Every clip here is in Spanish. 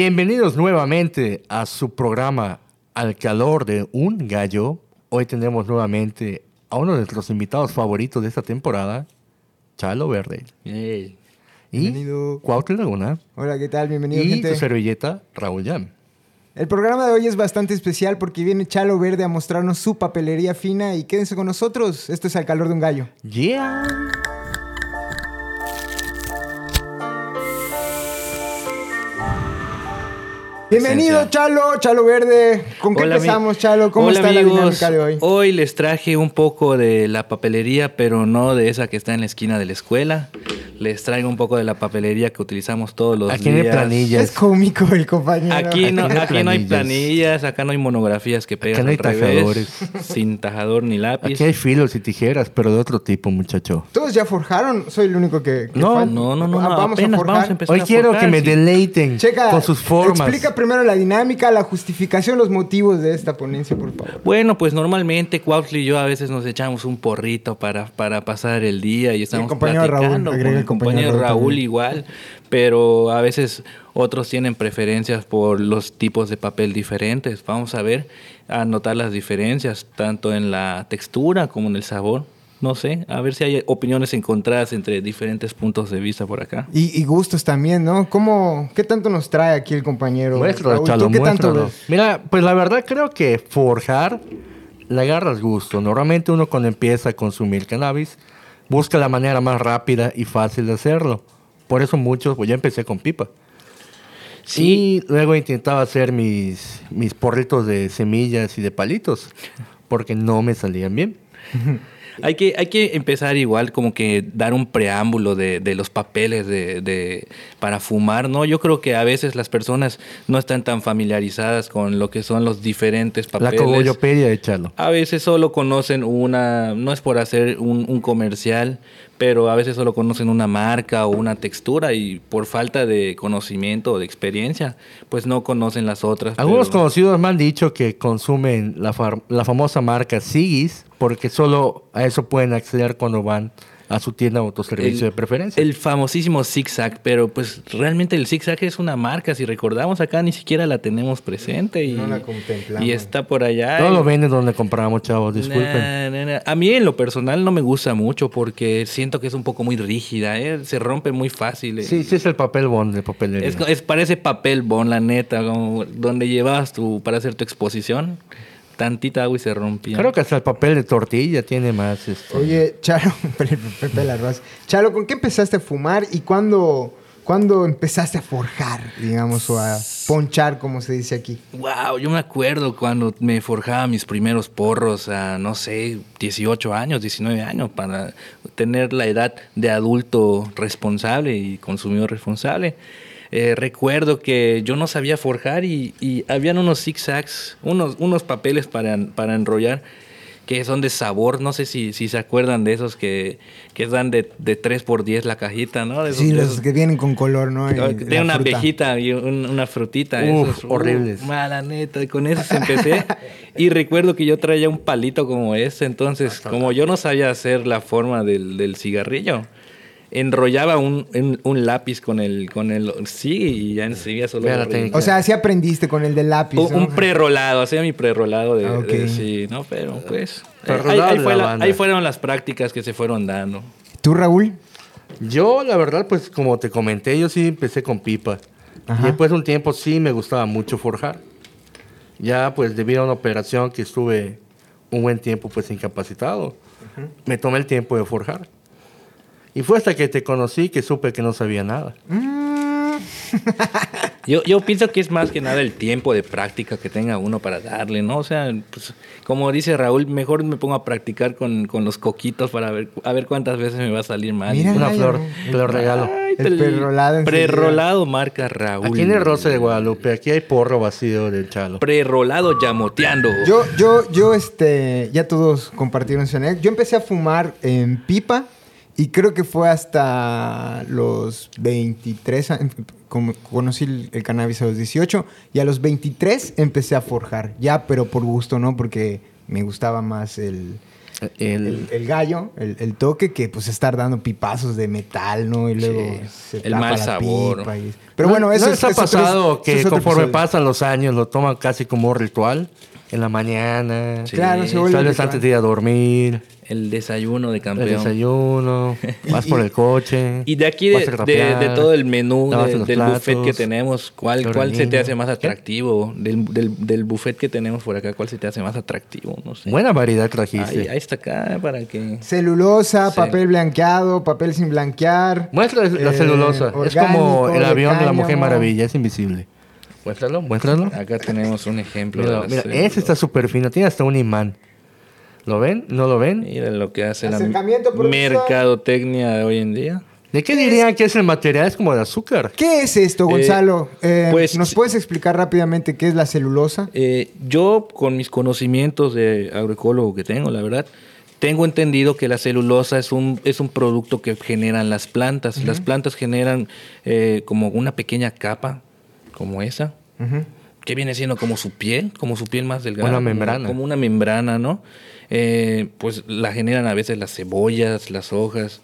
Bienvenidos nuevamente a su programa Al calor de un gallo. Hoy tenemos nuevamente a uno de nuestros invitados favoritos de esta temporada, Chalo Verde. Y Bienvenido. Cuauhtli Laguna. Hola, ¿qué tal? Bienvenido, y gente. su servilleta, Raúl Yam. El programa de hoy es bastante especial porque viene Chalo Verde a mostrarnos su papelería fina y quédense con nosotros. Esto es Al Calor de un Gallo. Yeah. Bienvenido, Esencia. Chalo, Chalo Verde. ¿Con qué Hola, ami- empezamos, Chalo? ¿Cómo Hola, está amigos. la dinámica de hoy? les traje un poco de la papelería, pero no de esa que está en la esquina de la escuela. Les traigo un poco de la papelería que utilizamos todos los Aquí días. en el planilla. Es cómico el compañero. Aquí no, Aquí no hay aquí no hay planillas. planillas, acá no hay monografías que pegan no hay al revés, tajadores. sin tajador ni lápiz. Aquí hay filos y tijeras, pero de otro tipo, muchacho. Todos ya forjaron, soy el único que. que No, falta. no, no, no, Ah, no, Vamos a apenas forjar. vamos a empezar. Hoy a quiero forjar, que me sí. deleiten Checa, con sus formas. Explica primero la dinámica, la justificación, los motivos de esta ponencia, por favor. Bueno, pues normalmente Cuautli y yo a veces nos echamos un porrito para, para pasar el día y estamos compañero Raúl, platicando agrega con el el compañero compañero Raúl Raúl también. igual, pero a veces otros tienen preferencias por los tipos de papel diferentes. Vamos a ver, a notar las diferencias tanto en la textura como en el sabor. No sé, a ver si hay opiniones encontradas entre diferentes puntos de vista por acá. Y, y gustos también, ¿no? ¿Cómo, ¿Qué tanto nos trae aquí el compañero? Muéstralo, Raúl? Chalo, ¿Tú qué tanto muéstralo. ves? Mira, pues la verdad creo que forjar le agarras gusto. Normalmente uno cuando empieza a consumir cannabis busca la manera más rápida y fácil de hacerlo. Por eso muchos, pues yo empecé con pipa. Sí. Y luego intentaba hacer mis, mis porritos de semillas y de palitos, porque no me salían bien. Hay que, hay que empezar igual como que dar un preámbulo de, de los papeles de, de- para fumar, ¿no? Yo creo que a veces las personas no están tan familiarizadas con lo que son los diferentes La papeles. cogollopedia de Chalo. A veces solo conocen una, no es por hacer un, un comercial, pero a veces solo conocen una marca o una textura y por falta de conocimiento o de experiencia, pues no conocen las otras. Algunos pero- conocidos me han dicho que consumen la, far- la famosa marca Sigis porque solo a eso pueden acceder cuando van a su tienda de autoservicio de preferencia. El famosísimo zigzag, pero pues realmente el zigzag es una marca, si recordamos acá ni siquiera la tenemos presente y, No la contemplamos. y está por allá. Todo y- lo venden donde compramos, chavos, disculpen. Na, na, na. A mí en lo personal no me gusta mucho porque siento que es un poco muy rígida, ¿eh? se rompe muy fácil. ¿eh? Sí, sí es el papel bond de papelería. Es, co- es- parece papel bon, la neta, como donde llevas tu para hacer tu exposición, tantita agua y se rompía. Creo que hasta el papel de tortilla tiene más. este, Oye, Chalo, Pepe Pepe Larraz. Chalo, ¿con qué empezaste a fumar y cuándo, cuándo empezaste a forjar, digamos, o a ponchar, como se dice aquí? Wow, yo me acuerdo cuando me forjaba mis primeros porros a, no sé, 18 años, 19 años, para tener la edad de adulto responsable y consumidor responsable. Eh, recuerdo que yo no sabía forjar y, y habían unos zigzags, unos, unos papeles para, para enrollar que son de sabor, no sé si, si se acuerdan de esos que, que dan de, de 3x10 la cajita, ¿no? De esos- Sí, de los esos que vienen con color, ¿no? Y de la una fruta. abejita y un- una frutita. Uf, esos, uh, horribles. mala neta, y con eso empecé. y recuerdo que yo traía un palito como ese, entonces como yo no sabía hacer la forma del, del cigarrillo, enrollaba un, un- un lápiz con el, con el... Sí, y ya enseguida solo... Vea la agarré. técnica. O sea, así aprendiste con el de lápiz. Un, ¿no? un prerolado, hacía mi prerolado de, Ah, ok. de- sí, no, pero pues eh, ahí, Prerrolado ahí de fue la la- banda. ahí fueron las prácticas que se fueron dando. ¿Tú, Raúl? Yo, la verdad, pues como te comenté, yo sí empecé con pipa. Ajá. Y después de un tiempo sí me gustaba mucho forjar. Ya, pues debido a una operación que estuve un buen tiempo pues incapacitado, me tomé el tiempo de forjar. Y fue hasta que te conocí que supe que no sabía nada. Yo, yo pienso que es más que nada el tiempo de práctica que tenga uno para darle, ¿no? O sea, pues, como dice Raúl, mejor me pongo a practicar con, con los coquitos para ver, a ver cuántas veces me va a salir mal. Mira, Una Ay, flor, no. te lo regalo. Ay, El te li- prerrolado enseguida. Prerrolado marca Raúl. Aquí en el Roce de Guadalupe, aquí hay porro vacío del chalo. Prerrolado yamoteando. Yo, yo, yo, este, ya todos compartieron su anécdota. Yo empecé a fumar en pipa y creo que fue hasta los 23, a- como conocí el, el cannabis a los 18 y a los 23 empecé a forjar, ya pero por gusto, ¿no? Porque me gustaba más el, El, el, el gallo, el, el toque que pues estar dando pipazos de metal, ¿no? Y luego Sí. se El tapa mal la sabor. pipa y- Pero bueno, ¿No- eso ¿no es, les ha eso es otro- pasado eso que es otro conforme episodio. pasan los años lo toman casi como ritual? En la mañana, Sí. Claro, se vuelve Eh, tal vez ritual. antes de ir a dormir, El desayuno de el campeón. desayuno, vas por el coche. Y de aquí, vas de, a de- rapear, de todo el menú, lavas de- los del buffet que platos. tenemos, ¿cuál, Pero cuál se te niño. hace más ¿Qué? atractivo? Del, del, del buffet que tenemos por acá, ¿cuál se te hace más atractivo? No sé. Buena variedad ahí, trajiste. ahí está acá para que... Celulosa, Sí. papel blanqueado, papel sin blanquear. Muestra la eh, celulosa. es como orgánico, el de avión de la cáñamo. Mujer Maravilla, es invisible. Muéstralo, muéstralo. Acá tenemos un Ah, ejemplo. de Mira, la mira, célula. ese está súper fino, tiene hasta un imán. ¿Lo ven? ¿No lo ven? Mira lo que hace la Acercamiento, profesor. mercadotecnia de hoy en día. ¿De qué dirían que es el material? Es como de azúcar. ¿Qué es esto, Gonzalo? Eh, pues, ¿Nos sí. puedes explicar rápidamente qué es la celulosa? Eh, yo, con mis conocimientos de agroecólogo que tengo, la verdad, tengo entendido que la celulosa es un, es un producto que generan las plantas. Las plantas generan eh, como una pequeña capa, como esa, Ujú. que viene siendo como su piel, como su piel más delgada. Una como- membrana. Como una membrana, ¿no? Eh, pues la generan a veces las cebollas, las hojas.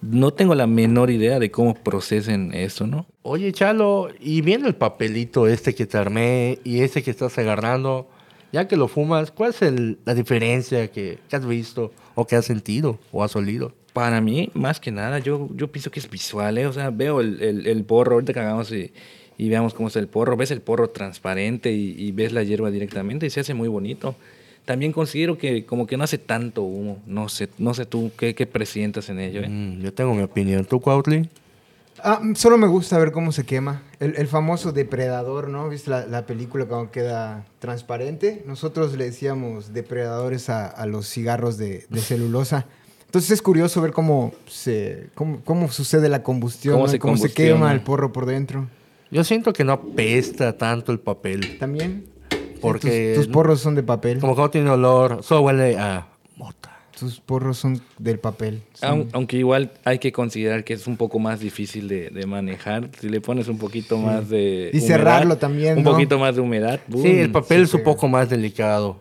No tengo la menor idea de cómo procesen esto, ¿no? Oye, Chalo, y viene el papelito este que te armé y ese que estás agarrando. Ya que lo fumas, ¿cuál es el- la diferencia que, que has visto o que has sentido o has olido? Para mí, más que nada, yo, yo pienso que es visual, ¿eh? O sea, veo el, el, el porro, ahorita que hagamos y, y veamos cómo está el porro, ves el porro transparente y, y ves la hierba directamente y se hace muy bonito. También considero que como que no hace tanto humo, no sé, no sé tú qué, qué presientas en ello, ¿eh? Mm, yo tengo mi opinión. ¿Tú, Cuautli? Ah, mm, solo me gusta ver cómo se quema. El, el famoso depredador, ¿no? ¿Viste la, la película cuando queda transparente? Nosotros le decíamos depredadores a, a los cigarros de, de celulosa. Entonces es curioso ver cómo se cómo, cómo sucede la combustión, Cómo ¿no? se cómo se combustiona. quema el porro por dentro. Yo siento que no apesta tanto el papel. También. Porque- Tus, tus porros son de papel. Como que no tiene olor, solo huele a mota. Tus porros son del papel. Ah. Son- Aun- aunque igual hay que considerar que es un poco más difícil de, de manejar. Si le pones un poquito más de. Y cerrarlo también, Un ¿no? poquito más de humedad. boom. Sí, el papel sí es un pega. poco más delicado.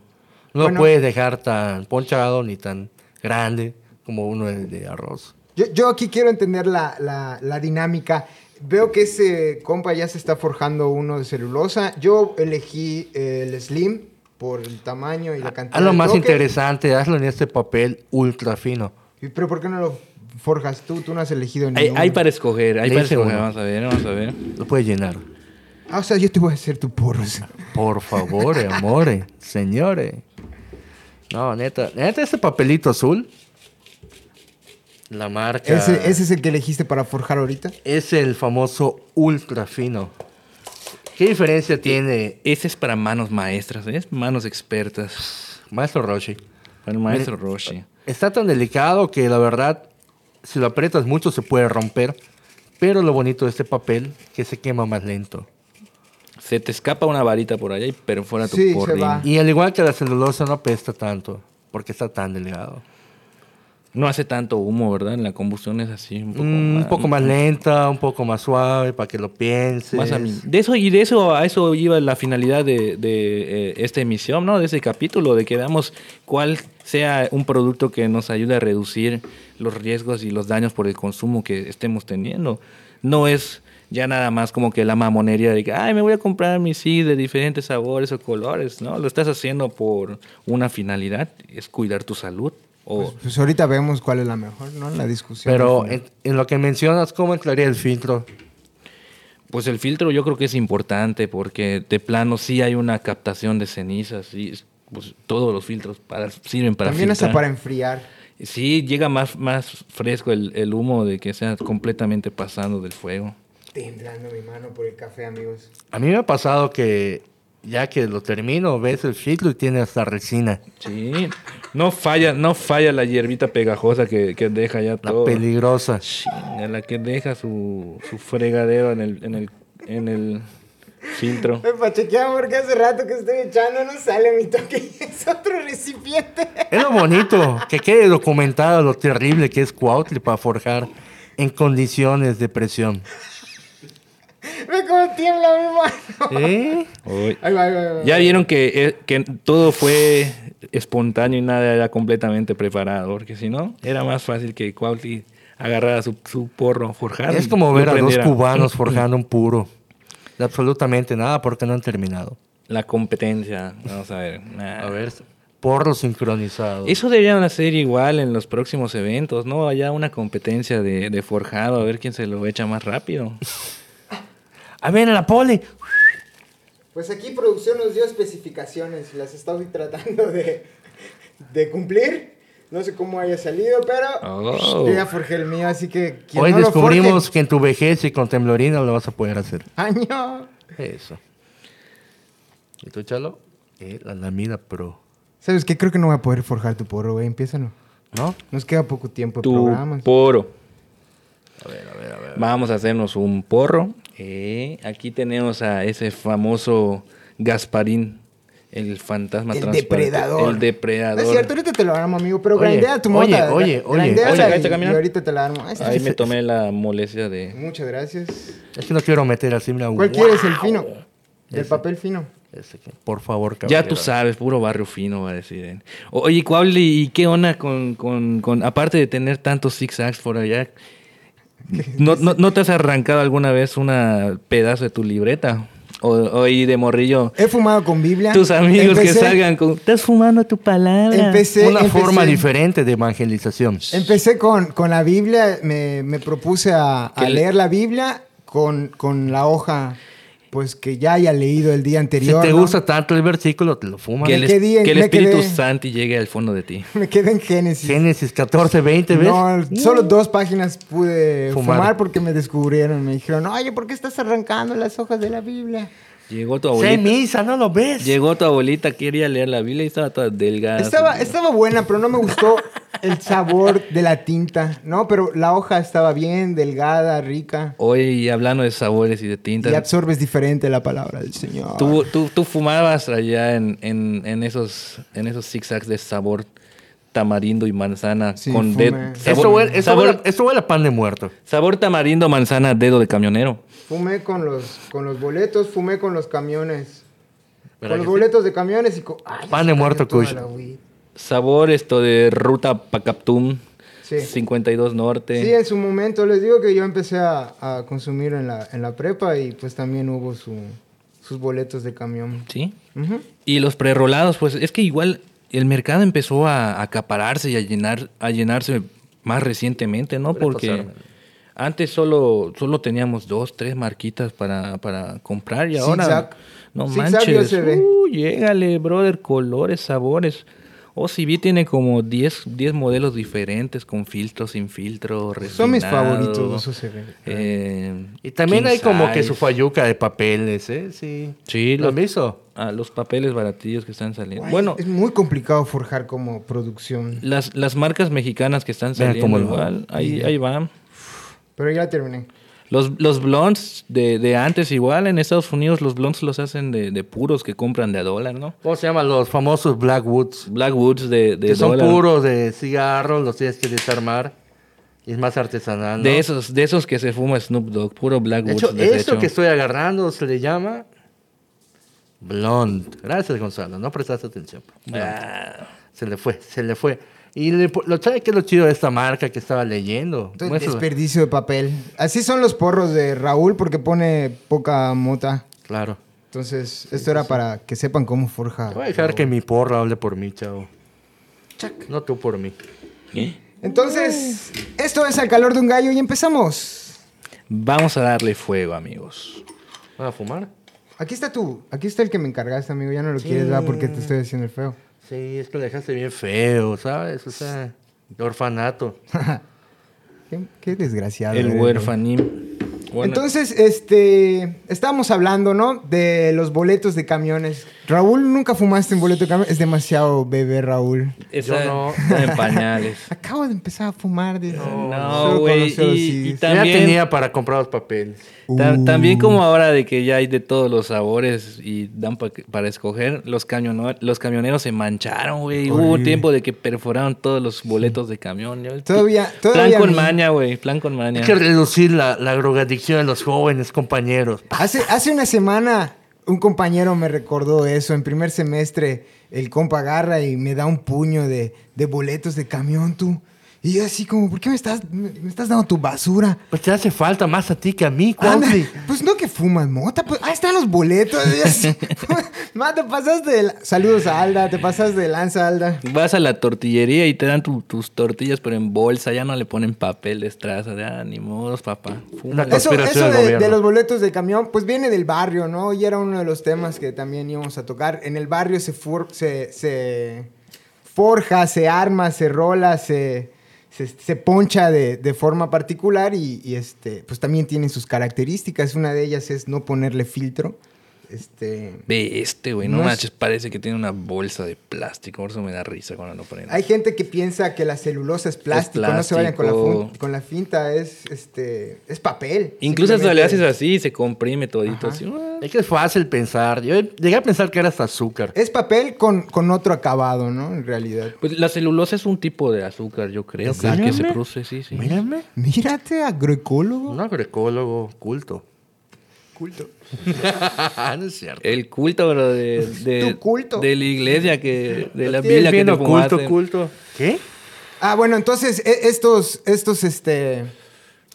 No Bueno. lo puedes dejar tan ponchado ni tan grande como uno de, de arroz. Yo, yo aquí quiero entender la, la- la dinámica. Veo que ese compa ya se está forjando uno de celulosa. Yo elegí eh, el slim por el tamaño y la cantidad. Ah, Haz lo de más toque. interesante, hazlo en este papel ultra fino. Y- Pero ¿por qué no lo forjas tú? Tú no has elegido Hay, ninguno. hay para escoger, hay Le para hice escoger. uno. Vamos a ver, vamos a ver. Lo puedes llenar. Ah, o sea, yo te voy a hacer tu porros. Por favor, amores, señores. No, neta, neta, ese papelito azul. La marca. Ese, ese es el que elegiste para forjar ahorita. es el famoso ultra fino. ¿Qué diferencia tiene Ese es para manos maestras, ¿ves? Manos expertas. Maestro Roshi? Para el maestro Roshi. Está tan delicado que la verdad, si lo aprietas mucho se puede romper. Pero lo bonito de este papel que se quema más lento. Se te escapa una varita por allá y perfora tu Sí, se porrín. va. Y al igual que la celulosa no apesta tanto porque está tan delgado. No hace tanto humo, ¿verdad? En la combustión es así. Un poco, Mm, más, un poco más lenta, un poco más suave para que lo pienses. Más a mí. De eso y de eso a eso iba la finalidad de, de, eh, esta emisión, ¿no? De ese capítulo, de que veamos cuál sea un producto que nos ayude a reducir los riesgos y los daños por el consumo que estemos teniendo. No es ya nada más como que la mamonería de que, ay, me voy a comprar mi sí de diferentes sabores o colores, ¿no? Lo estás haciendo por una finalidad, es cuidar tu salud. O, Pues, pues ahorita vemos cuál es la mejor, ¿no? La discusión. Pero al final. en, en lo que mencionas, ¿cómo entraría el filtro? Pues el filtro yo creo que es importante porque de plano sí hay una captación de cenizas y pues, todos los filtros para, sirven para También hasta filtrar. para enfriar. Sí, llega más, más fresco el, el humo de que sea completamente pasando del fuego. Temblando mi mano por el café, amigos. A mí me ha pasado que ya que lo termino, ves el filtro y tiene hasta resina. Sí, no falla, no falla la hierbita pegajosa que, que deja ya La todo. peligrosa. Chinga, la que deja su, su fregadero en el, en el, en el filtro. Me pachequeaba porque hace rato que estoy echando, no sale mi toque es otro recipiente. Es lo bonito, que quede documentado lo terrible que es Cuautli para forjar en condiciones de presión. Ve cómo tiembla mi mano. ¿Eh? Uy. Ahí va, ahí va, ahí va. Ya vieron que, eh, que todo fue espontáneo y nada era completamente preparado, porque si no, era más fácil que Cuautli agarrara su, su porro forjado. Es y como ver lo a dos prendiera. cubanos forjando un puro. De absolutamente nada porque no han terminado. La competencia, vamos a ver. nah. A ver, porro sincronizado. Eso deberían hacer igual en los próximos eventos, ¿no? Allá una competencia de, de forjado, a ver quién se lo echa más rápido. A ver, la pole. Pues aquí producción nos dio especificaciones, las estoy tratando de, de cumplir. No sé cómo haya salido, pero Oh. yo ya forjé el mío, así que quien Hoy no lo forje, descubrimos que en tu vejez y con temblorina lo vas a poder hacer. año. Eso. ¿Y tú, Chalo? Eh, la lamida pro. ¿Sabes qué? Creo que no voy a poder forjar tu porro, güey. Empiézalo. ¿No? Nos queda poco tiempo de Tu programas. poro. A ver, a ver, a ver. Vamos a hacernos un porro. Eh, aquí tenemos a ese famoso Gasparín, el fantasma El transparente. depredador. El depredador. No es cierto, ahorita te lo armo, amigo, pero Oye, grandea tu oye, mota. oye, oye, Grandéala oye, y- cállate, y, camina. ahorita te la armo. Ahí está. Ahí me tomé la molestia de... Muchas gracias. Es que no quiero meter así, mira. ¿Cuál ¡guau! quieres? El fino. El papel fino. Ese que- por favor, Mm, caballero. Ya tú sabes, puro barrio fino va a decir. él. O- Oye, Cuauli, ¿y qué onda con, con, con- aparte de tener tantos zigzags por allá, ¿no, no, no te has arrancado alguna vez una pedazo de tu libreta? O, o ahí de morrillo, He fumado con Biblia. tus amigos que Empecé- salgan con, estás fumando tu palabra. Empecé, Una empecé- forma diferente de evangelización. Empecé con, con la Biblia, me, me propuse a, a Que le- leer la Biblia con, con la hoja, pues que ya haya leído el día Si anterior. te ¿no? gusta tanto el versículo, te lo fumas. Que el, me es- quedé en- que el me Espíritu quedé. Santo llegue al fondo de ti. Me quedé en Génesis. Génesis 14, 20, ¿ves? Mm, No, solo dos páginas pude Fumar. fumar. porque me descubrieron. Me dijeron, oye, ¿por qué estás arrancando las hojas de la Biblia? Llegó tu Sé abuelita. misa, no lo ves. Llegó tu abuelita, quería leer la Biblia y estaba toda Ah, delgada. Estaba, así. estaba buena, pero no me gustó el sabor de la tinta. No, pero la hoja estaba bien, delgada, rica. Hoy hablando de sabores y de Y tintas. absorbes diferente la palabra del Señor. Tú, tú- tú fumabas allá en, en- en esos, en esos zigzags de sabor tamarindo y manzana Sí, con fumé. dedo. Eso Eso Sabor, huele, eso sabor- huele- eso huele a pan de muerto. sabor tamarindo, manzana, dedo de camionero. Fumé con los, con los boletos, fumé con los camiones. ¿Verdad Con los que sí? boletos de camiones y con... Ay, Pan de se muerto, cayó toda Kush. la weed. Sabor esto de ruta Pacaptum, Sí. 52 Norte. Sí, en su momento les digo que yo empecé a, a consumir en la, en la prepa y pues también hubo su, sus boletos de camión. ¿Sí? Ujú. Y los prerrolados, pues es que igual el mercado empezó a acapararse y a llenar, a llenarse más recientemente, ¿no? Puede Porque pasar. antes solo, solo teníamos dos, tres marquitas para, para comprar y ahora Zigzag. no Zigzag manches. ya se ve. Uh, llégale, brother, colores, sabores. OCB tiene como 10, 10 modelos diferentes con filtro, sin filtro, Son mis refinado, favoritos, eso se ve. eh, Y también king hay como que size. su falluca de papeles, ¿eh? Sí. Sí, ¿Lo los, han visto? ah, los papeles baratillos que están saliendo. Guay, bueno, es muy complicado forjar como producción. Las, las marcas mexicanas que están Vean saliendo cómo lo igual, ahí, ahí van. Pero ya terminé. Los, los blondes de, de antes igual, en Estados Unidos los blondes los hacen de, de puros que compran de a dólar, ¿no? ¿Cómo se llaman los famosos Blackwoods? Blackwoods de, de Que son dólar. puros de cigarros, los tienes que desarmar. Y es más artesanal, ¿no? De esos, de esos que se fuma Snoop Dogg, puro De Blackwoods. hecho, De esto que estoy agarrando se le llama blond. Gracias, Gonzalo. No prestaste atención. Ah. Se le fue, se le fue. Y le po- lo trae que lo chido de esta marca que estaba leyendo. Entonces, Muéstralo. desperdicio de papel. Así son los porros de Raúl porque pone poca mota. Claro. Entonces, esto era para que sepan cómo forja. Te voy a dejar que mi porra hable por mí, chavo. No tú por mí. Entonces, esto es al calor de un gallo y empezamos. Vamos a darle fuego, amigos. ¿Vas a fumar? Aquí está tú, aquí está el que me encargaste, amigo. Ya no lo quieres, ¿verdad? Porque te estoy haciendo el feo. Sí, es que lo dejaste bien feo, ¿sabes? O sea, de orfanato. Qué, qué desgraciado. El eres, huérfanín. güey. Bueno, Entonces, este, estábamos hablando, ¿no? De los boletos de camiones. Raúl, nunca fumaste un boleto de camión. Es demasiado bebé, Raúl. esa- yo no. en pañales. Acabo de empezar a fumar. dice. Solo No, con güey. los Y, y OCs. Ya también... tenía para comprar los papeles. Ta- Uh. También como ahora de que ya hay de todos los sabores y dan pa- para escoger, los, camiono- los camioneros se mancharon, güey. Hubo un tiempo de que perforaron todos los boletos de camión. ya ves. Todavía- Plan todavía con a mí. maña, güey. Plan con Hay maña. que reducir la, la drogadicción de los jóvenes compañeros. Hace, hace una semana un compañero me recordó eso. En primer semestre, el compa agarra y me da un puño de, de boletos de camión, tú. Y yo así como, ¿por qué me estás, me, me estás dando tu basura? Pues te hace falta más a ti que a mí, Anda, Cuautli. pues no que fumas mota, pues ahí están los boletos. Y yo así, Ma, te pasaste de... la- Saludos a Alda, te pasaste de lanza, Alda. Vas a la tortillería y te dan tu- tus tortillas, pero en bolsa, ya no le ponen papel de estraza, de ah, ni modos, papá. Una Fúmala. Eso, Conspiración eso del de, gobierno. de los boletos de camión, pues viene del barrio, ¿no? Y era uno de los temas que también íbamos a tocar. En el barrio se, for- se, se forja, se arma, se rola, se, se, se poncha de, de forma particular y, y, este, pues también tienen sus características. Una de ellas es no ponerle filtro. Este, Ve este, güey, no, No es- manches, parece que tiene una bolsa de plástico. Por eso me da risa cuando lo ponen. hay gente que piensa que la celulosa es plástico, no se vayan con la, plástico. fun- con la finta, es, este, es papel. Incluso hasta le Simplemente- haces así y se comprime Ajá. todito. Así, "Ah". Es que es fácil pensar. Yo llegué a pensar que era hasta azúcar. Es papel con, con otro acabado, ¿no? En realidad. Pues la celulosa es un tipo de azúcar, yo creo, que, Exacto. que se produce, sí, sí. Mírame. Mírate, agroecólogo. Un agroecólogo culto. Culto. no es cierto. El culto, bro, de, de, Tu culto. de la iglesia, que de la Lo tienes Biblia que bien te oculto, fumaste. culto. ¿Qué? Ah, bueno, entonces, e- estos, estos, este,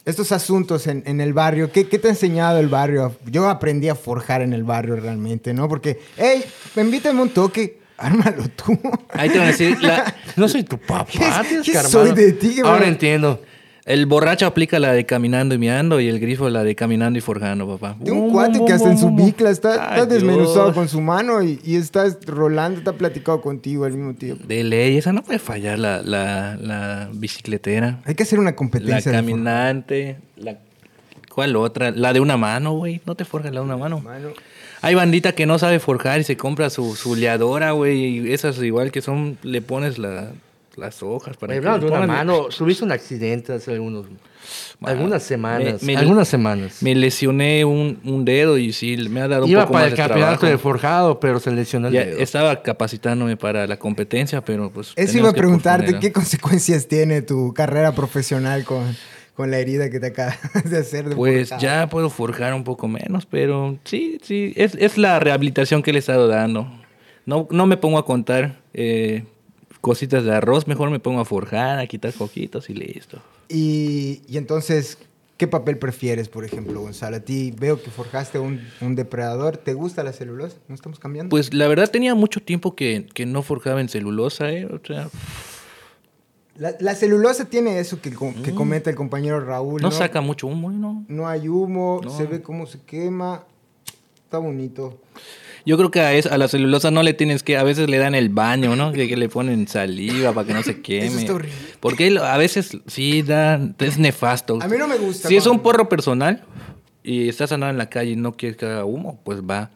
estos asuntos en, en el barrio, ¿qué, qué te ha enseñado el barrio? Yo aprendí a forjar en el barrio realmente, ¿no? Porque, hey, invítame un toque, ármalo tú. Ahí te van a decir, la- No soy tu papá, ¿Qué- tienes qué que armar- soy de ti, güey? Ahora entiendo. el borracho aplica la de caminando y meando y el grifo la de caminando y forjando, papá. De un cuate que hasta en su bicla está, está Ay, desmenuzado Dios. con su mano y, y está rolando, está platicado contigo al mismo tiempo. De ley, esa no puede fallar la, la, la bicicletera. Hay que hacer una La competencia. de caminante, la... ¿Cuál otra? La de una mano, güey. No te forjas la de una mano. forjar, mano. Hay bandita que no sabe forjar y se compra su, su leadora, güey. Y esas igual que son, le pones la- las hojas para Me que hablaron de le una pongan- mano. Subiste un accidente hace algunos, Ma- algunas semanas. me- me- algunas semanas. Me lesioné un, un dedo y sí, me ha dado un Iba poco para más el de campeonato trabajo. de forjado, pero se lesionó el Ya dedo. estaba capacitándome para la competencia, pero pues... Eso iba tenemos a que preguntarte posponer. qué consecuencias tiene tu carrera profesional con, con la herida que te acabas de hacer. de Pues portada. ya puedo forjar un poco menos, pero sí, sí, es, es la rehabilitación que le he estado dando. No, no me pongo a contar eh, cositas de arroz, mejor me pongo a forjar, a quitar coquitos y listo. Y, y entonces, ¿qué papel prefieres, por ejemplo, Gonzalo? A ti veo que forjaste un, un depredador. ¿Te gusta la celulosa? ¿No estamos cambiando? Pues la verdad tenía mucho tiempo que, que no forjaba en celulosa, ¿eh? O sea, la, la celulosa tiene eso que, com- que comenta el compañero Raúl. Mm. no, saca mucho humo, ¿no? No hay humo, No. se ve cómo se quema. Está bonito. Yo creo que a, es- a la celulosa no le tienes que, a veces le dan el baño, ¿no? Que, que le ponen saliva para que no se queme. está horrible. Porque lo- a veces sí da, es nefasto. A mí no me gusta. Si es un cuando- porro personal y estás andando en la calle y no quieres que haga humo, pues va.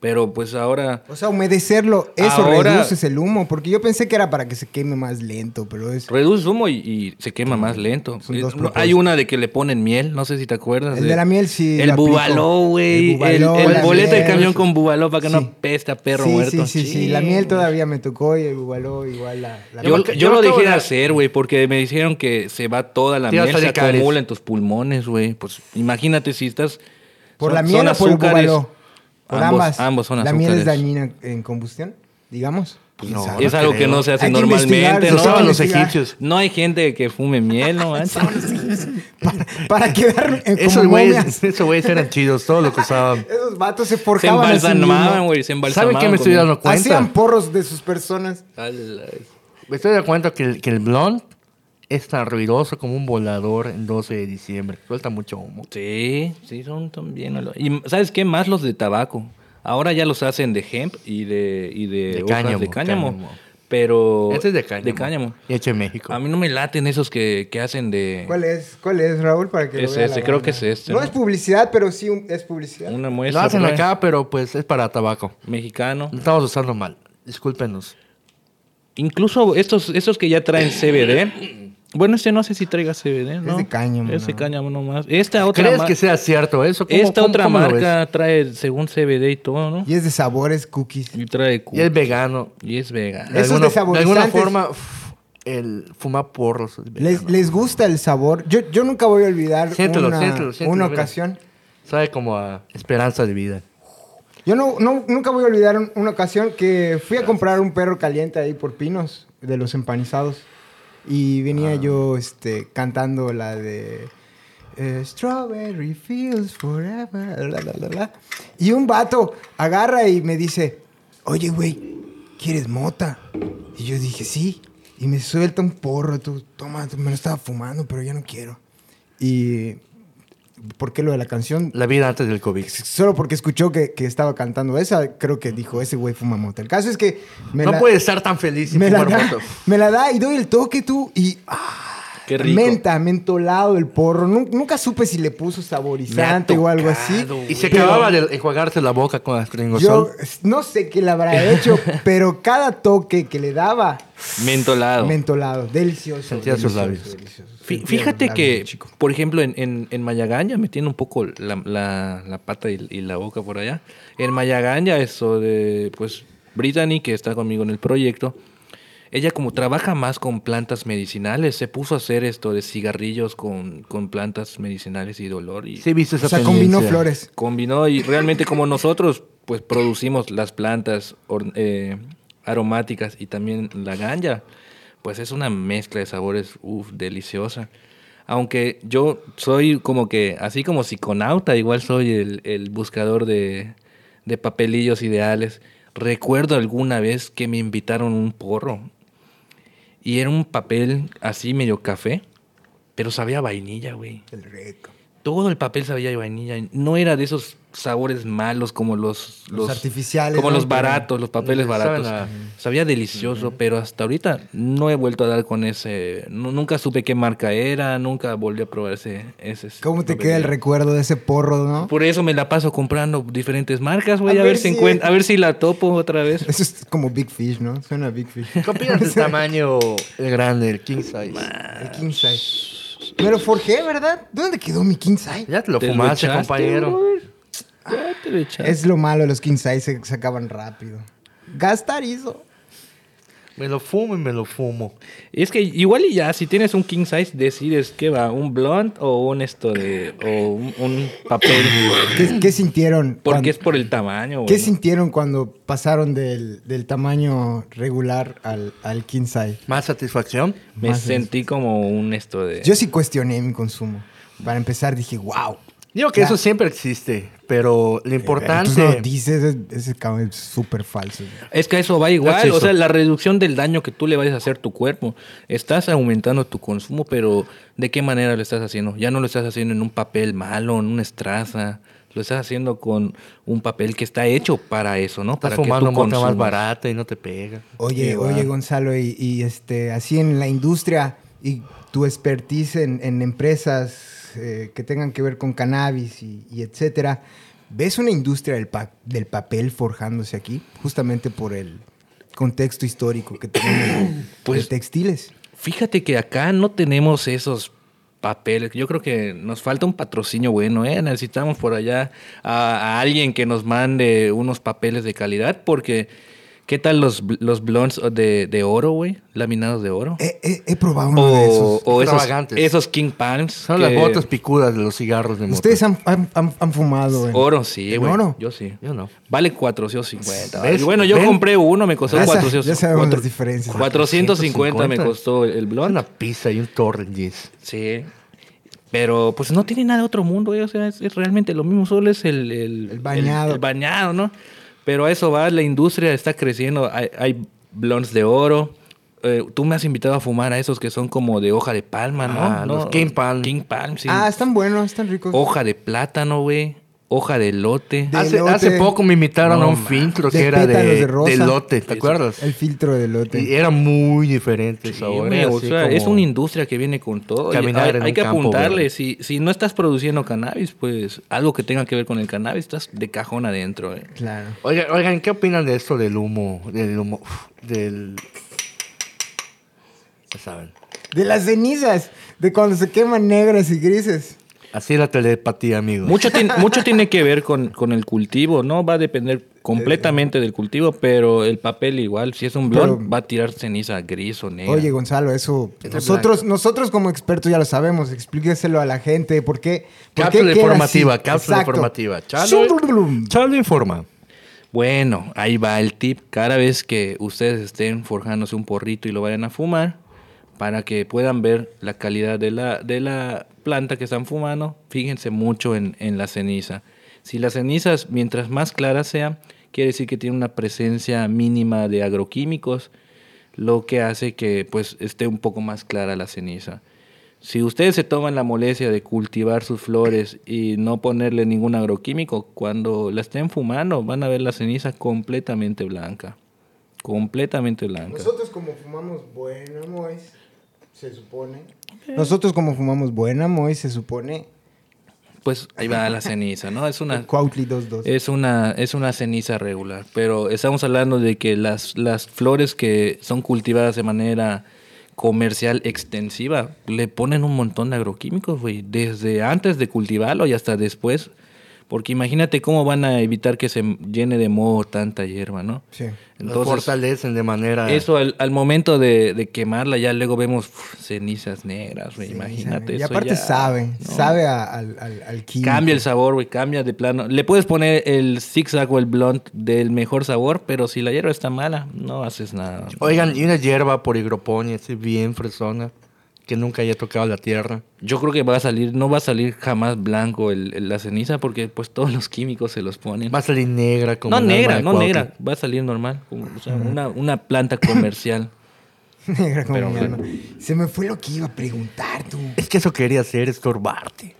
Pero pues ahora O sea, humedecerlo, eso Ahora- reduces el humo. Porque yo pensé que era para que se queme más lento, pero es... reduce humo y, y se quema más lento. Son Eh, dos no, propuestas. Hay una de que le ponen miel, no sé si te acuerdas. El de la miel sí El lo aplico. bubaló, El güey. El, bubaló, el la boleto de miel. camión con bubaló para que Sí. no peste a perro sí, muerto. Sí, sí, sí. La miel todavía me tocó y el bubaló igual la... la Yo, ac- yo yo me lo acabo dejé de de- hacer, güey, porque me dijeron que se va toda la Te iba a miel, se salir caries. acumula en tus pulmones, güey. Pues imagínate si estás... ¿Por son- la son miel o por el azúcares. bubaló? Por ambos, ambas. ambos son ¿La miel es azúcares. dañina en combustión, digamos? Pues no, Quizá. Y es algo que creo. no se hace Hay que normalmente, investigar, ¿no? se saben Usaban los investigar. egipcios. No hay gente que fume miel, ¿no? manches? Para, para quedar en, como Esos güeyes, momias. esos güeyes eran chidos, todo lo que usaban. Esos vatos se se forjaban a sí embalsamaban, mismos. güey, se embalsamaban. ¿Saben qué me estoy con dando cuenta? Hacían porros de sus personas. miel. Al- Me estoy dando cuenta que el, que el blond es tan ruidoso como un volador el 12 de diciembre. Suelta mucho humo. Sí, sí, son también. olo- Y ¿sabes qué? Más los de tabaco. Ahora ya los hacen de hemp y de, y de, De hojas cáñamo, de cáñamo. cáñamo. Pero... Este es de cáñamo. De cáñamo. Y hecho en México. A mí no me laten esos que, que hacen de... ¿Cuál es? ¿Cuál es, Raúl? Para que lo Es vea la ese, creo banda. que es este, No, ¿no? es publicidad, pero sí un- es publicidad. Una Lo muestra. hacen güey. acá, pero pues es para tabaco. Mexicano. Lo estamos usando mal. Discúlpenos. Incluso estos, estos que ya traen CBD. Bueno, este no sé si traiga CBD, ¿no? de cáñamo, Ese ¿no? cáñamo nomás. Esta otra ¿Crees ma- que sea cierto eso? ¿Cómo- Esta cómo- otra cómo lo ves? marca trae según CBD y todo, ¿no? Y es de sabores cookies. Y trae cu- Y es vegano. y es vegano. De Esos alguna, de desaborizantes. alguna forma, uf, el fumar porros es Les, vegano. les gusta el sabor. Yo, yo nunca voy a olvidar Siéntelo, una, siéntelo, siéntelo, una mira. ocasión. Sabe como a esperanza de vida. Yo no, no- nunca voy a olvidar un- una ocasión que fui a comprar un perro caliente ahí por Pinos, de los empanizados. Y venía yo este, cantando la de eh, Strawberry Fields Forever. la, la, la, la. Y un vato agarra y me dice, oye, güey, ¿quieres mota? Y yo dije, sí. Y me suelta un porro, tú, toma, me lo estaba fumando, pero ya no quiero. Y, ¿por qué lo de la canción? La vida antes del COVID. Solo porque escuchó que, que estaba cantando esa, creo que dijo, ese güey fuma mota. El caso es que... me no la- puede estar tan feliz sin me la, fumar da, moto. me la da y doy el toque tú y... ah, Qué rico. Menta, mentolado el porro. Nun- Nunca, supe si le puso saborizante o algo así. tocado, Y se Pero- acababa de enjuagarse la boca con Yo astringosol. no sé qué le habrá hecho, pero cada toque que le daba, Mentolado. mentolado, delicioso. Sentía sus delicioso, labios. delicioso. Fí- Sentía Fíjate los que, labios, chico. por ejemplo, en, en, en Mayaganya me tiene un poco la, la- la pata y, y la boca por allá. En Mayaganya, eso de, pues, Brittany, que está conmigo en el proyecto, ella como trabaja más con plantas medicinales, se puso a hacer esto de cigarrillos con, con plantas medicinales y dolor. Y Sí, viste esa O sea, combinó tendencia. flores. pues, combinó y realmente como nosotros, pues, producimos las plantas or- eh, aromáticas y también la ganja, pues es una mezcla de sabores, uff, deliciosa. Aunque yo soy como que, así como psiconauta, igual soy el, el buscador de, de papelillos ideales. Recuerdo alguna vez que me invitaron un porro y era un papel así medio café, pero sabía a vainilla, güey. El rico. Todo el papel sabía de vainilla. No era de esos sabores malos como los... Los artificiales, Como ¿no? los baratos, los papeles Saben baratos. a- Sabía delicioso, pero hasta ahorita no he vuelto a dar con ese... nu- nunca supe qué marca era, nunca volví a probar ese... ese ¿Cómo te ese queda el papel. recuerdo de ese porro, no? Por eso me la paso comprando diferentes marcas, güey. A A, ver ver si si- encuent- a ver si la topo otra vez. Eso es como Big Fish, ¿no? Suena a Big Fish. ¿Qué opinas del tamaño el grande, el king size? El King Size. Me lo forjé, ¿verdad? ¿Dónde quedó mi King Size? Ya te lo Te fumaste, echaste, compañero. güey. Ya te lo echaste. Es lo malo, los King Size se, se acaban rápido. Gastar hizo. Me lo fumo y me lo fumo. Es que igual y ya, si tienes un king size, decides que va, un blunt o un esto de. o un, un papel. ¿Qué, qué sintieron? cuando- Porque es por el tamaño, ¿Qué güey. ¿no? sintieron cuando pasaron del, del tamaño regular al, al king size? ¿Más satisfacción? Me más sentí como un esto de. Yo sí cuestioné mi consumo. Para empezar dije, wow. Digo que Ya. eso siempre existe, pero lo Tú no lo importante... dices, es- ese cabrón es súper falso. Es que a eso va igual. Exceso. O sea, la reducción del daño que tú le vayas a hacer a tu cuerpo. Estás aumentando tu consumo, pero ¿de qué manera lo estás haciendo? Ya no lo estás haciendo en un papel malo, en una estraza. Lo estás haciendo con un papel que está hecho para eso, ¿no? Estás para que fumando tú mota más consumas. barata y no te pega. Oye, Sí, va. oye, Gonzalo, y, y, este, así en la industria y tu expertise en, en empresas eh, que tengan que ver con cannabis y, y etcétera, ¿ves una industria del, pa- del papel forjándose aquí? Justamente por el contexto histórico que tenemos pues, Pues- de textiles. Fíjate que acá no tenemos esos papeles. Yo creo que nos falta un patrocinio bueno, ¿eh? Necesitamos por allá a, a alguien que nos mande unos papeles de calidad, porque ¿qué tal los, bl- los blondes de, de oro, güey? Laminados de oro. He, he- he probado Eh, uno Oh, de o esos. o esos, extravagantes. esos King Palms. Son que- las botas picudas de los cigarros de moto. Ustedes han, han- han- han fumado. en- Oro, sí, ¿En güey. oro? Yo sí. Yo no. Vale 450. ¿Ves? Y bueno, yo ¿Ven? compré uno, me costó Ya sa- 400. ya sabemos cuatro- las diferencias. 450 me 450. costó el blond. Una pizza y un torrent. Sí. Pero pues no tiene nada de otro mundo, eh, o sea, es, es realmente lo mismo, solo es el, El bañado. el- el bañado, ¿no? Pero a eso va, la industria está creciendo, hay, hay blondes de oro. Eh, tú me has invitado a fumar a esos que son como de hoja de palma, ¿no? Ah, ¿No? los King Palm. King Palm, sí. Ah, están buenos, están ricos. hoja de plátano, güey. Hoja de lote. De- Ah, Hace, elote. hace poco me invitaron No, a un man. filtro De que era de, pétalos de de, rosa. lote, ¿te acuerdas? El filtro de Y eh, lote. era muy diferente el sabor. era así como- es una industria que viene con todo. y Caminar hay en hay un que campo apuntarle. verde. Si, si no estás produciendo cannabis, pues algo que tenga que ver con el cannabis, estás de cajón adentro. eh. Claro. Oigan, oigan, ¿qué opinan de esto del humo? Del humo. uf, Del. Ya saben. De las cenizas, de cuando se queman negras y grises. Así es la telepatía, amigos. Mucho, tiene- mucho tiene que ver con, con el cultivo, ¿no? Va a depender completamente del cultivo, pero el papel igual, si es un blond, Pero- va a tirar ceniza gris o negra. Oye, Gonzalo, eso. Es de Nosotros, nosotros como expertos ya lo sabemos. Explíqueselo a la gente. ¿Por qué? por qué Cápsula queda informativa, así? cápsula Exacto. informativa. Chalo, Chalo informa. Bueno, ahí va el tip. Cada vez que ustedes estén forjándose un porrito y lo vayan a fumar, para que puedan ver la calidad de la, de la planta que están fumando, fíjense mucho en, en la ceniza. Si las cenizas, mientras más claras sean, quiere decir que tiene una presencia mínima de agroquímicos, lo que hace que pues esté un poco más clara la ceniza. Si ustedes se toman la molestia de cultivar sus flores y no ponerle ningún agroquímico, cuando la estén fumando van a ver la ceniza completamente blanca. Completamente blanca. Nosotros como fumamos buena Mois, se supone. Nosotros como fumamos buena Mois, se supone. Pues ahí va la ceniza, ¿no? Es una, Eh, Cuautli 22. Es una, es una ceniza regular, pero estamos hablando de que las, las flores que son cultivadas de manera comercial extensiva le ponen un montón de agroquímicos, güey, desde antes de cultivarlo y hasta después, porque imagínate cómo van a evitar que se llene de moho tanta hierba, ¿no? Sí. Lo fortalecen de manera... Eso al, al momento de, de quemarla, ya luego vemos uf, cenizas negras, güey, imagínate. Y eso aparte ya, sabe, ¿no? sabe a- al, al, al químico. Cambia el sabor, güey, cambia de plano. Le puedes poner el zigzag o el blunt del mejor sabor, pero si la hierba está mala, no haces nada. Oigan, y una hierba por higroponía, así bien fresona, que nunca haya tocado la tierra. Yo creo que va a salir, no va a salir jamás blanco el, el- la ceniza porque pues todos los químicos se los ponen. Va a salir negra como no el alma negra, de no Cuautli. negra, va a salir normal, como, o sea, una, una planta comercial. Negra como Pero mi bueno. alma. Se me fue lo que iba a preguntar, tú. Es que eso quería hacer, estorbarte.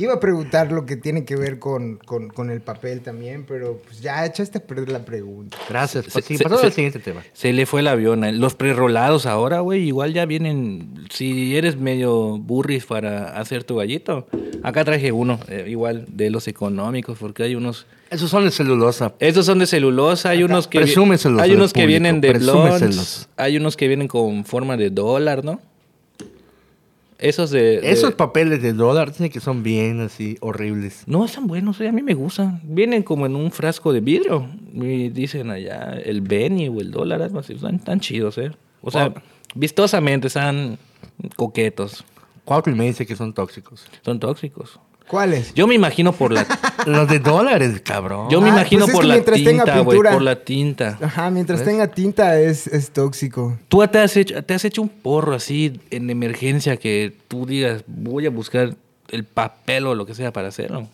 Iba a preguntar lo que tiene que ver con, con, con el papel también, pero pues ya echaste a perder la pregunta. Gracias. Se- Pues sí, se- pasamos se- al siguiente tema. Se le fue el avión. eh. Los prerolados ahora, güey, igual ya vienen. Si eres medio burris para hacer tu gallito, acá traje uno, eh, igual de los económicos, porque hay unos. Esos son de celulosa. Estos son de celulosa, hay unos que. vi- Presúmeselos Hay al unos que público, vienen de presúmeselos. blondes, hay unos que vienen con forma de dólar, ¿no? Esos de. de- Esos papeles Eh, de dólar dicen que son bien así horribles. No, están buenos, eh, a mí me gustan. Vienen como en un frasco de vidrio. Y dicen allá el Benny o el dólar, algo así. Están tan chidos, ¿eh? O sea, vistosamente están coquetos. Cuatro y me dice que son tóxicos. Son tóxicos. ¿Cuál es? Yo me imagino por la... Los de dólares, cabrón. Yo me Ah, imagino pues es por que la mientras tenga tinta, güey. pintura. Por la tinta. Ajá, mientras tenga tinta es, es tóxico. ¿Tú te has, hecho, te has hecho un porro así en emergencia que tú digas, voy a buscar el papel o lo que sea para hacerlo?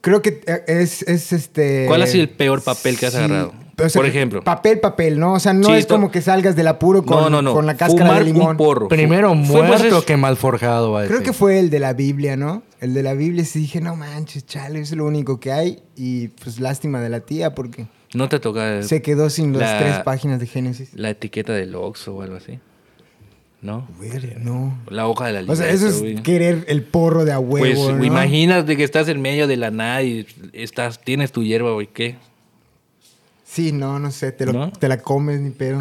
Creo que eh, es, es este... ¿Cuál ha sido el peor papel que has agarrado? Por ejemplo. Papel, papel, ¿no? O sea, no Sí, es to- como que salgas del apuro con, no, no, no. con la cáscara Fumar de un limón. porro. Primero Fu- fue, muerto pues, es- que mal forjado. va a Creo decir. que fue el de la Biblia, ¿no? El de la Biblia sí dije, no manches, chale, es lo único que hay. Y pues lástima de la tía porque No te toca... el- se quedó sin las la- tres páginas de Génesis. La etiqueta del Oxxo o algo así. ¿No? Verga, no. La hoja de la O libreta, sea, eso es güey. querer el porro de a huevo, Pues ¿no? imagínate que estás en medio de la nada y estás, tienes tu hierba, güey, ¿qué? Sí, no, no sé, te, lo- ¿No? te la comes ni pedo.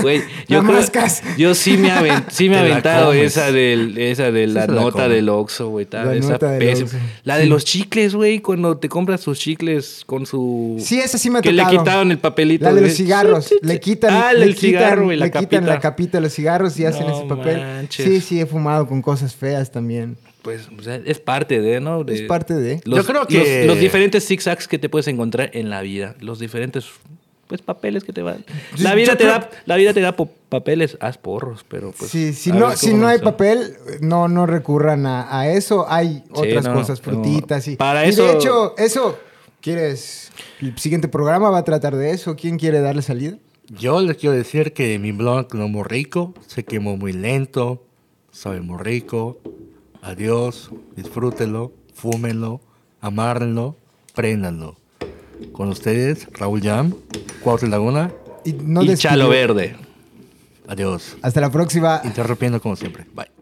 Güey, La yo, creo- mascas. yo sí me, aven- sí me he Te la aventado comes. esa, del, esa de la Esa se la nota come. del Oxxo, güey. tal, La esa nota del pésima. Oxxo. La de los chicles, güey, cuando te compras tus chicles con su... Sí, esa sí me ha Que tocado. le quitaron el papelito. La de güey. los cigarros. Le quitan, Ah, le el cigarro, quitan- güey, la le quitan capita. la capita de los cigarros y hacen No ese papel. manches. Sí, sí, he fumado con cosas feas también. Pues o sea, es parte de, ¿no? De- Es parte de. Yo creo que- Los, los diferentes zigzags que te puedes encontrar en la vida. Los diferentes pues papeles que te van. Yo- La vida yo te creo- da, la vida te da po- papeles, haz porros, pero pues. Sí, si a no, ver si cómo no hay son. papel, no, no recurran a, a eso. Hay otras no, cosas, no. frutitas y. Para y eso- de hecho, eso. ¿Quieres? El siguiente programa va a tratar de eso. ¿Quién quiere darle salida? Yo les quiero decir que mi blog no muy rico, se quemó muy lento, sabe muy rico. Adiós, disfrútenlo, fúmenlo, amárrenlo, préndanlo. Con ustedes, Raúl Jam, Cuauhtémoc Laguna. Y no y despidió. chalo verde. Adiós. Hasta la próxima. Interrumpiendo como siempre. Bye.